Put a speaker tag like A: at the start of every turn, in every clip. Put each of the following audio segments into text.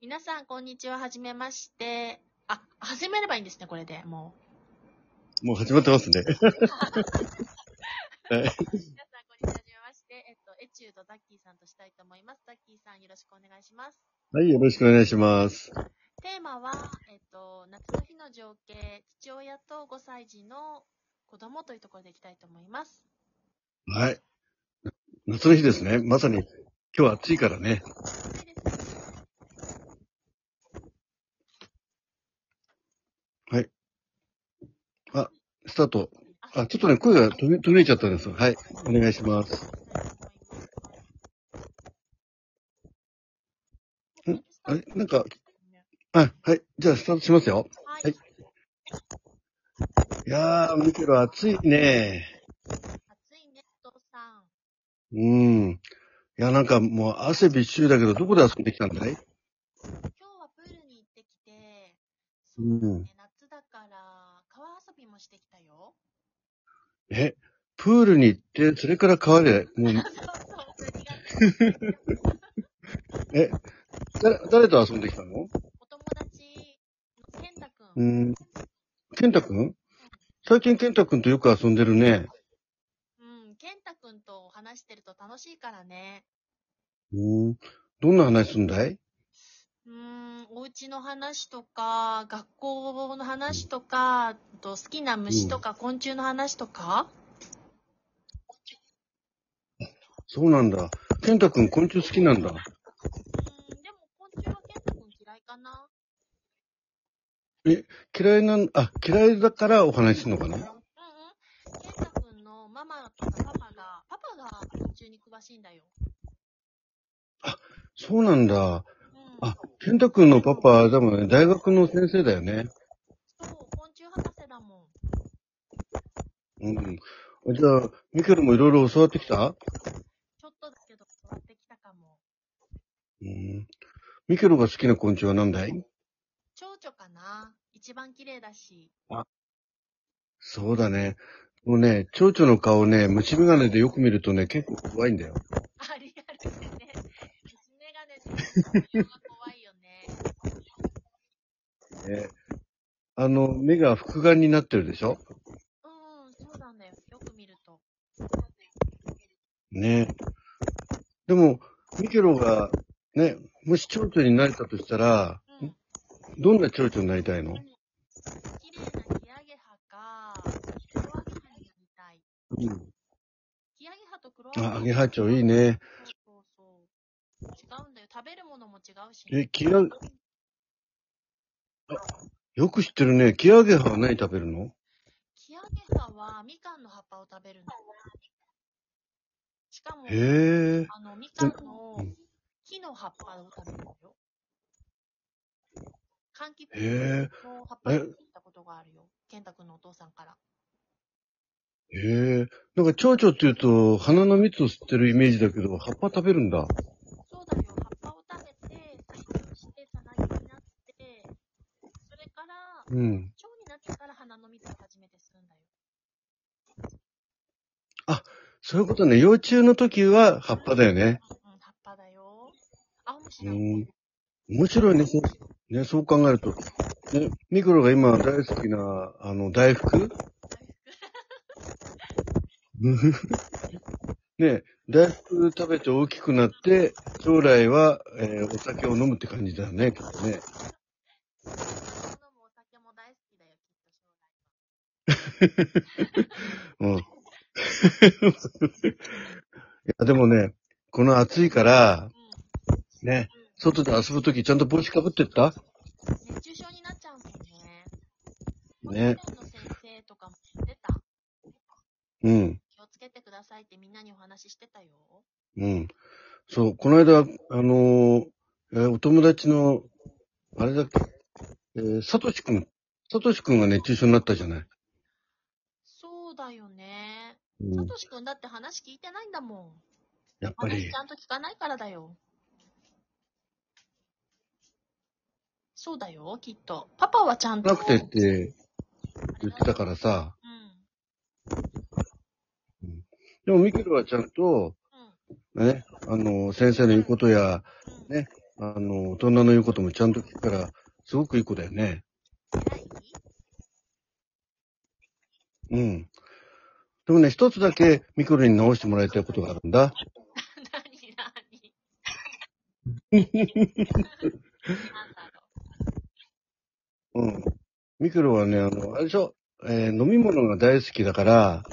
A: 皆さん、こんにちは。はじめまして。あ、始めればいいんですね、これで。も
B: もう始まってますね。
A: う。皆さん、こんにちは。はじめまして。えっと、エチュードザッキーさんとしたいと思います。ザッキーさん、よろしくお願いします。
B: はい、よろしくお願いします。
A: テーマは、えっと、夏の日の情景、父親と5歳児の子供というところでいきたいと思います。
B: はい。夏の日ですね。まさに、今日暑いからね。
A: 暑いですね
B: スタート。
A: あ
B: あ、ちょっとね、声が途切途切れちゃったんです。はい。お願いします。んあれなんかあ、はい。じゃあ、スタートしますよ。
A: はい。
B: はいいやー、見てる暑いね。
A: 暑いね、お父さん。
B: うん。いや、なんかもう汗びっしゅりだけど、どこで遊んできたんだい
A: 今日はプールに行ってきて、そううだ
B: ん
A: ね、夏だから、川遊びもしてきたよ。
B: え、プールに行って、それから川で、もう、
A: そうそう、それが
B: え、誰、誰と遊んできたの
A: お友達の健太く。
B: うんん。健太くん最近健太くんとよく遊んでるね。
A: うん、健太くんと話してると楽しいからね。
B: うん。どんな話すんだいう
A: ーん、お家の話とか、学校の話とか、あと好きな虫とか昆虫の話とか、
B: そうなんだ。健太くん昆虫好きなん
A: う
B: だ。
A: ん、でも昆虫は健太くん嫌いかな。
B: 嫌いなん、あ、嫌いだからお話しするのかな
A: うんうん。健太くんのママとかパパが、パパが昆虫に詳しいんだよ。
B: そうなんだ。
A: うん。
B: あ、健太くんのパパ、でもね、大学の先生だよね。
A: そう、昆虫博士だもん。
B: うん。じゃあ、ミケルもいろいろ教わってき
A: ち
B: た
A: ょっとだけど、座ってきたかも。
B: うん。ミケルが好きな昆虫は何だい
A: 蝶々かな一番綺麗だし。
B: そうだね。もうね、蝶々の顔ね、虫眼鏡でよく見るとね、結構怖いんだよ。
A: あ、リアルでね。虫眼鏡で、怖いよね。
B: ね、あの、目が複眼になってるでしょ
A: うん、そうだね。よく見ると。
B: ねでも、ミケロが、ね、もし蝶々になれたとしたら、
A: うん。
B: どんな蝶々になりたいの
A: 綺麗なキアゲハか、クロアゲハになりたい。
B: うん。
A: キアゲハとクロアゲハ。
B: あ、アゲハチョウいいね。
A: そうそうそう。違うんだよ。食べるものも違うし、
B: え、キア、あよく知ってるね。キアゲハは何食べるの
A: キアゲハはみかんの葉っぱを食べるんだよ。しかも、
B: へえ。
A: あの、みかんの
B: うん
A: 木の葉っぱを食べるんだよ。柑橘
B: へ
A: の葉っぱを食べたことがあるよ。健太くんのお父さんから。
B: へえ。なんか蝶々って言うと、花の蜜を吸ってるイメージだけど、葉っぱ食べるん
A: そ
B: だ。
A: うだよ。葉っぱを食べて、成長して、さなぎになって、それから、
B: うん。
A: 蝶になってから花の蜜を初めてするんだよ。
B: そういうことね。幼虫の時は葉っぱだよね。
A: うん、葉っぱだよ。青虫
B: う
A: だよ。
B: ん。面白いね。そうね、そう考えると。ね、ミクロが今大好きな、あの、大福ね、大福食べて大きくなって、将来は、えーお酒を飲むって感じだね、きっとね。
A: 飲むお酒も大好きだよ、きっと将来。
B: うん。いや、でもね、この暑いから、
A: う
B: ね、外で遊ぶときちゃんと帽子かぶってった
A: ん。熱中症になっちゃうもんね。
B: ね。
A: 保育園の先生とかも言ってた。
B: うん、
A: 気をつけてくださいってみんなにお話ししてたよ。
B: うん。そう、この間、あのーえーお友達の、あれだっけ、えー、サトシくん、サトシくんが熱中症になったじゃない。
A: そうだよね。
B: う
A: さ
B: ん、
A: としくんだって話聞いてないんだもん。
B: やっぱ
A: 話
B: り
A: ち。ゃんと聞かないからだよ。そうだよ、きっと。パパはちゃんと。
B: なくてって言ってたからさ。
A: うん。
B: でもミケルはちゃんと、
A: うん。
B: ね、あのー先生の言うことや、
A: うん。
B: ねあの、大人の言うこともちゃんと聞くから、すごくいい子だよね。
A: 偉い
B: うん。でもね、一つだけミクロに直してもらいたいことがあるんだ。
A: なになに な んだろ
B: うん。ミクロはね、あの、あれでしょ、えー飲み物が大好きだから、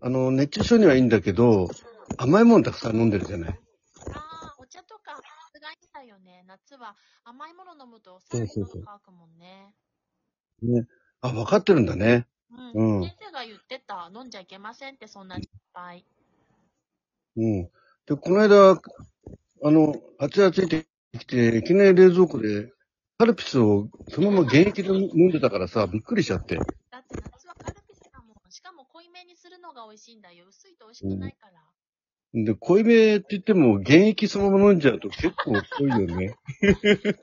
B: あの、熱中症にはいいんだけど、甘いものたくさん飲んでるじゃない。
A: う。ああ、お茶とか、すがいいんだよね。夏は甘いもの飲むと、
B: そうそうそう
A: 喉乾くもんね。
B: あ、わかってるんだね。
A: う。
B: うんん
A: 先生が言ってた、飲んじゃいけませんって、そんなにいっぱい。
B: うん。で、この間、あの、熱々ついてきて、いきなり冷蔵庫で、カルピスをそのまま原液で飲んでたからさ、びっくりしちゃって。
A: だって夏はカルピスだもん。しかも濃いめにするのが美味しいんだよ。薄いと美味しくないから。
B: で、濃いめって言っても、原液そのまま飲んじゃうと結構濃いよ
A: 前
B: ね。
A: なんか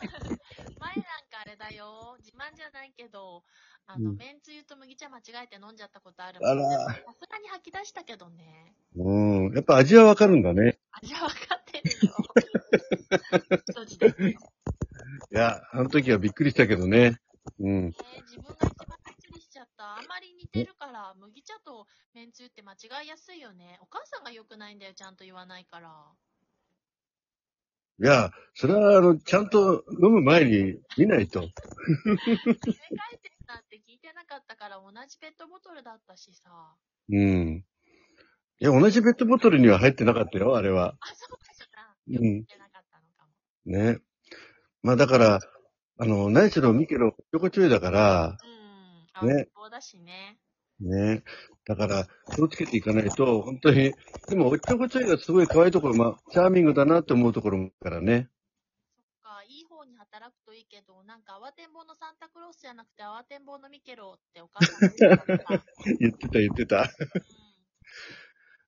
A: あれだよ。自慢じゃないけど、あの、
B: うん
A: めんつゆと麦茶間違えて飲んじゃったことあるもん。
B: あら。
A: さすがに吐き出したけどね。
B: うん。やっぱ味はわかるんだね。
A: 味は分かってるよ。 人じで。ね
B: いや、あの時はびっくりしたけどね。うん。
A: 自分が一番びっくりしちゃった。あんまり似てるから、麦茶とめんつゆって間違いやすいよね。お母さんが良くないんだよ。ちゃんと言わないから。
B: いや、それは、あの、ちゃんと飲む前に見ないと。
A: 入れ替えてたって聞いてなかったから、同じペットボトルだったしさ。あ、
B: うん。いや、同じペットボトルには入ってなかったよ、あれは。
A: そうかしら。
B: うん
A: よく見てなかったのかも。
B: ね。まあだから、あの、何しろミケロ、ちょこちょいだから、
A: うん。あ、
B: ね
A: 棒だしね。
B: ね。だから、気をつけていかないと、本当に、でも、おっちょこちょいがすごい可愛いところ、まあ、チャーミングだなって思うところもあるからね。
A: か、いい方に働くといいけど、なんか慌てんぼうのサンタクロースじゃなくて慌てんぼうのミケロってお母さんが言ってたから。
B: 言ってた、言ってた。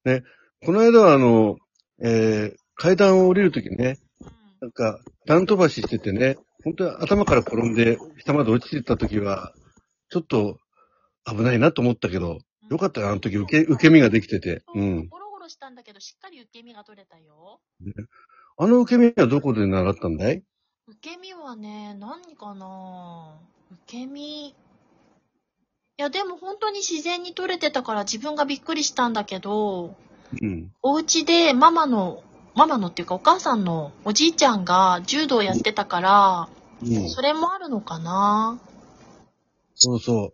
A: うん
B: この間は、あの、えー、階段を降りるときね、
A: うん
B: なんか、段飛ばししててね、本当に頭から転んで、下まで落ちてった時は、ちょっと危ないなと思ったけど、
A: うん
B: よかったよ、あの時受け、受け身ができてて。。
A: そううんゴロゴロしたんだけど、しっかり受け身が取れたよ。
B: あの受け身はどこで習ったんだい
A: 受け身はね、何かな受け身。いや、でも本当に自然に取れてたから自分がびっくりしたんだけど、
B: うん。
A: お家でママの、ママのっていうかお母さんのおじいちゃんが柔道やってたから、
B: うん。
A: それもあるのかな
B: そうそう。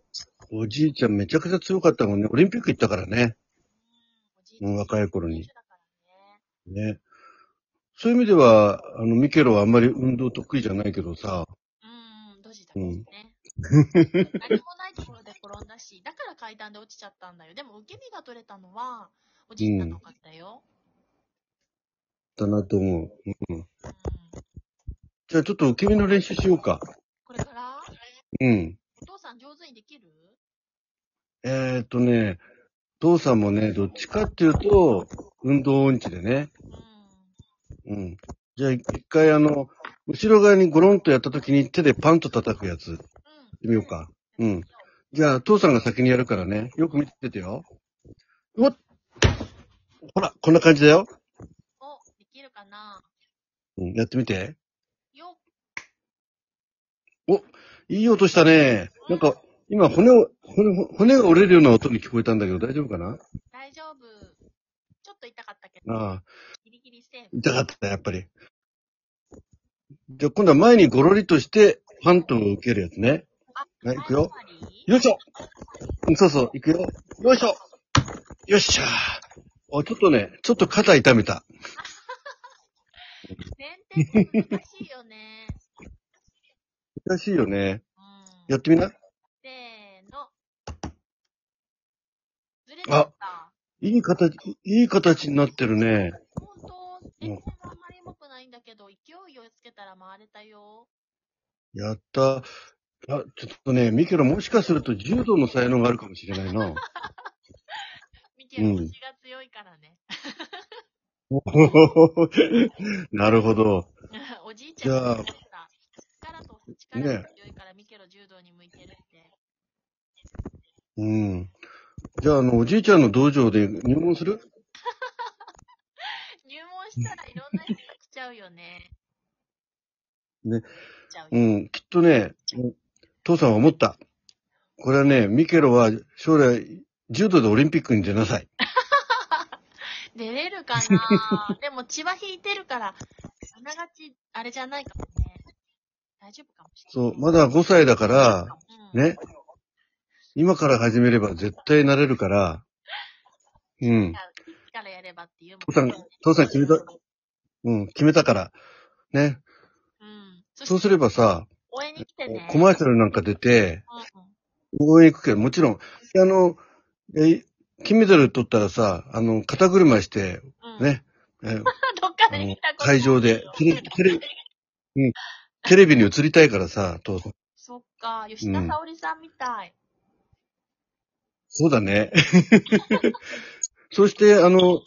B: おじいちゃんめちゃくちゃ強かったもんね。オリンピック行ったからね。
A: おじいちゃ
B: うん
A: ん
B: 若い頃に
A: 選手だからね
B: ね。そういう意味では、あの、ミケロはあんまり運動得意じゃないけどさ、
A: うーん、ドジだけどね。何もないところで転んだし、 だから階段で落ちちゃったんだよ。でも受け身が取れたのは、おじいちゃんのおかげだよ。
B: だなと思う。
A: うん。
B: じゃあちょっと受け身の練習しようか。
A: これから
B: うん。
A: お父さん上手にできる
B: えーっとね、父さんもね、どっちかっていうと、運動音痴でね。
A: うん。
B: うん。じゃあ、一回あの、後ろ側にゴロンとやった時に手でパンと叩くやつ、やってみようか。
A: う。
B: うんん。じゃあ、父さんが先にやるからね。よく見ててよ。うわっほら、こんな感じだよ。
A: お、できるかな
B: うん、やってみて。
A: よっ。
B: いい音したね。なんか、今、骨を、骨、骨が折れるような音に聞こえたんだけど、大丈夫かな
A: 大丈夫。ちょっと痛かったけど、
B: ああ、
A: ギリギリセーフ。
B: 痛かった、やっぱり。じゃあ、今度は前にゴロリとして、パンと受けるやつね。
A: あ、
B: はい行くよ
A: 前回り
B: よいしょうんそうそう、行くよ。よいしょよっしゃーあ、ちょっとね、ちょっと肩痛めた。
A: 前転って難しいよね。
B: 難しいよね。
A: うん。
B: やってみ
A: せ
B: な。
A: ーの。ずれちゃった。
B: いい形、いい形になってるね。
A: 本当、全然あんまり上手くないんだけど、勢いをつけたら回れたよ。
B: やった。あ、ちょっとね、ミケロもしかすると柔道の才能があるかもしれない な。
A: ミケル、腰が強いからね。
B: なるほど。
A: おじいちゃんが言ってた。力と力
B: ね
A: が強いから、ミケロ柔道に向いてるって。
B: うん。じゃあ、あの、おじいちゃんの道場で入門する
A: 入門したらいろんな人が来ちゃうよね。
B: ね。
A: ちゃうよ。
B: うん、きっとね、うん父さんは思った。これはね、ミケロは将来、柔道でオリンピックに出なさい。
A: 出れるかな でも血は引いてるから、あながち、あれじゃないかもね。大丈夫かもしれ
B: そ
A: ない。
B: う、まだ5歳だから、
A: うん、
B: ね。今から始めれば絶対なれるから、うん
A: いつか。いつからやればっていう
B: 父さ
A: もん、
B: ん、父さん決めた、うん、決めたから。ね。
A: うん。そ
B: そう
A: し
B: す
A: て、
B: ればさ、
A: 応援に来てね。
B: コマーシャルなんか出て、
A: うんうん
B: 応援行くけど、もちろん、あの、え、金メダル取ったらさ、あの、肩車して、
A: うん
B: ね、え
A: どっか
B: あ
A: で
B: の
A: 見たこと
B: 会場で、テレテレうんテレビに映りたいからさ、父さん。
A: そっか、吉田沙保里さんみたい。
B: そうだね。そして、あの、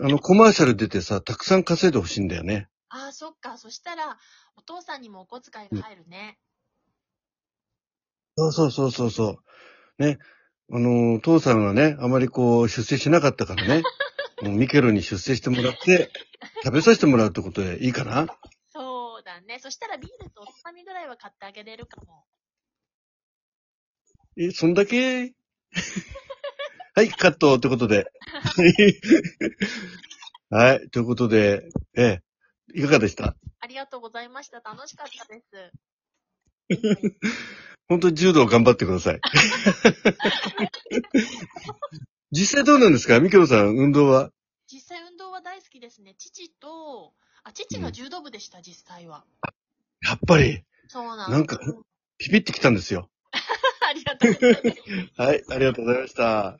B: あの、コマーシャル出てさ、たくさん稼いでほしいんだよね。
A: ああ、そっか。そしたら、お父さんにもお小遣いが入るね。
B: そうそうそうそうそう。ね。あの、父さんがね、あまりこう、出世しなかったからね。もうミケロに出世してもらって、食べさせてもらうってことでいいかな
A: そうだね。そしたらビールとおつまみぐらいは買ってあげれるかも。
B: え、そんだけはい、カットってことで。はい、ということで、ええ、いかがでした
A: ありがとうございました。楽しかったです。
B: 本当に柔道頑張ってください。実際どうなんですかミケロさん、運動は。
A: 実際運動は大好きですね。父と、あ、父が柔道部でした、実際は。
B: やっぱり、
A: そうなん
B: なんか、 ピピってきたんですよ。
A: ありがとうございます。
B: はい、ありがとうございました。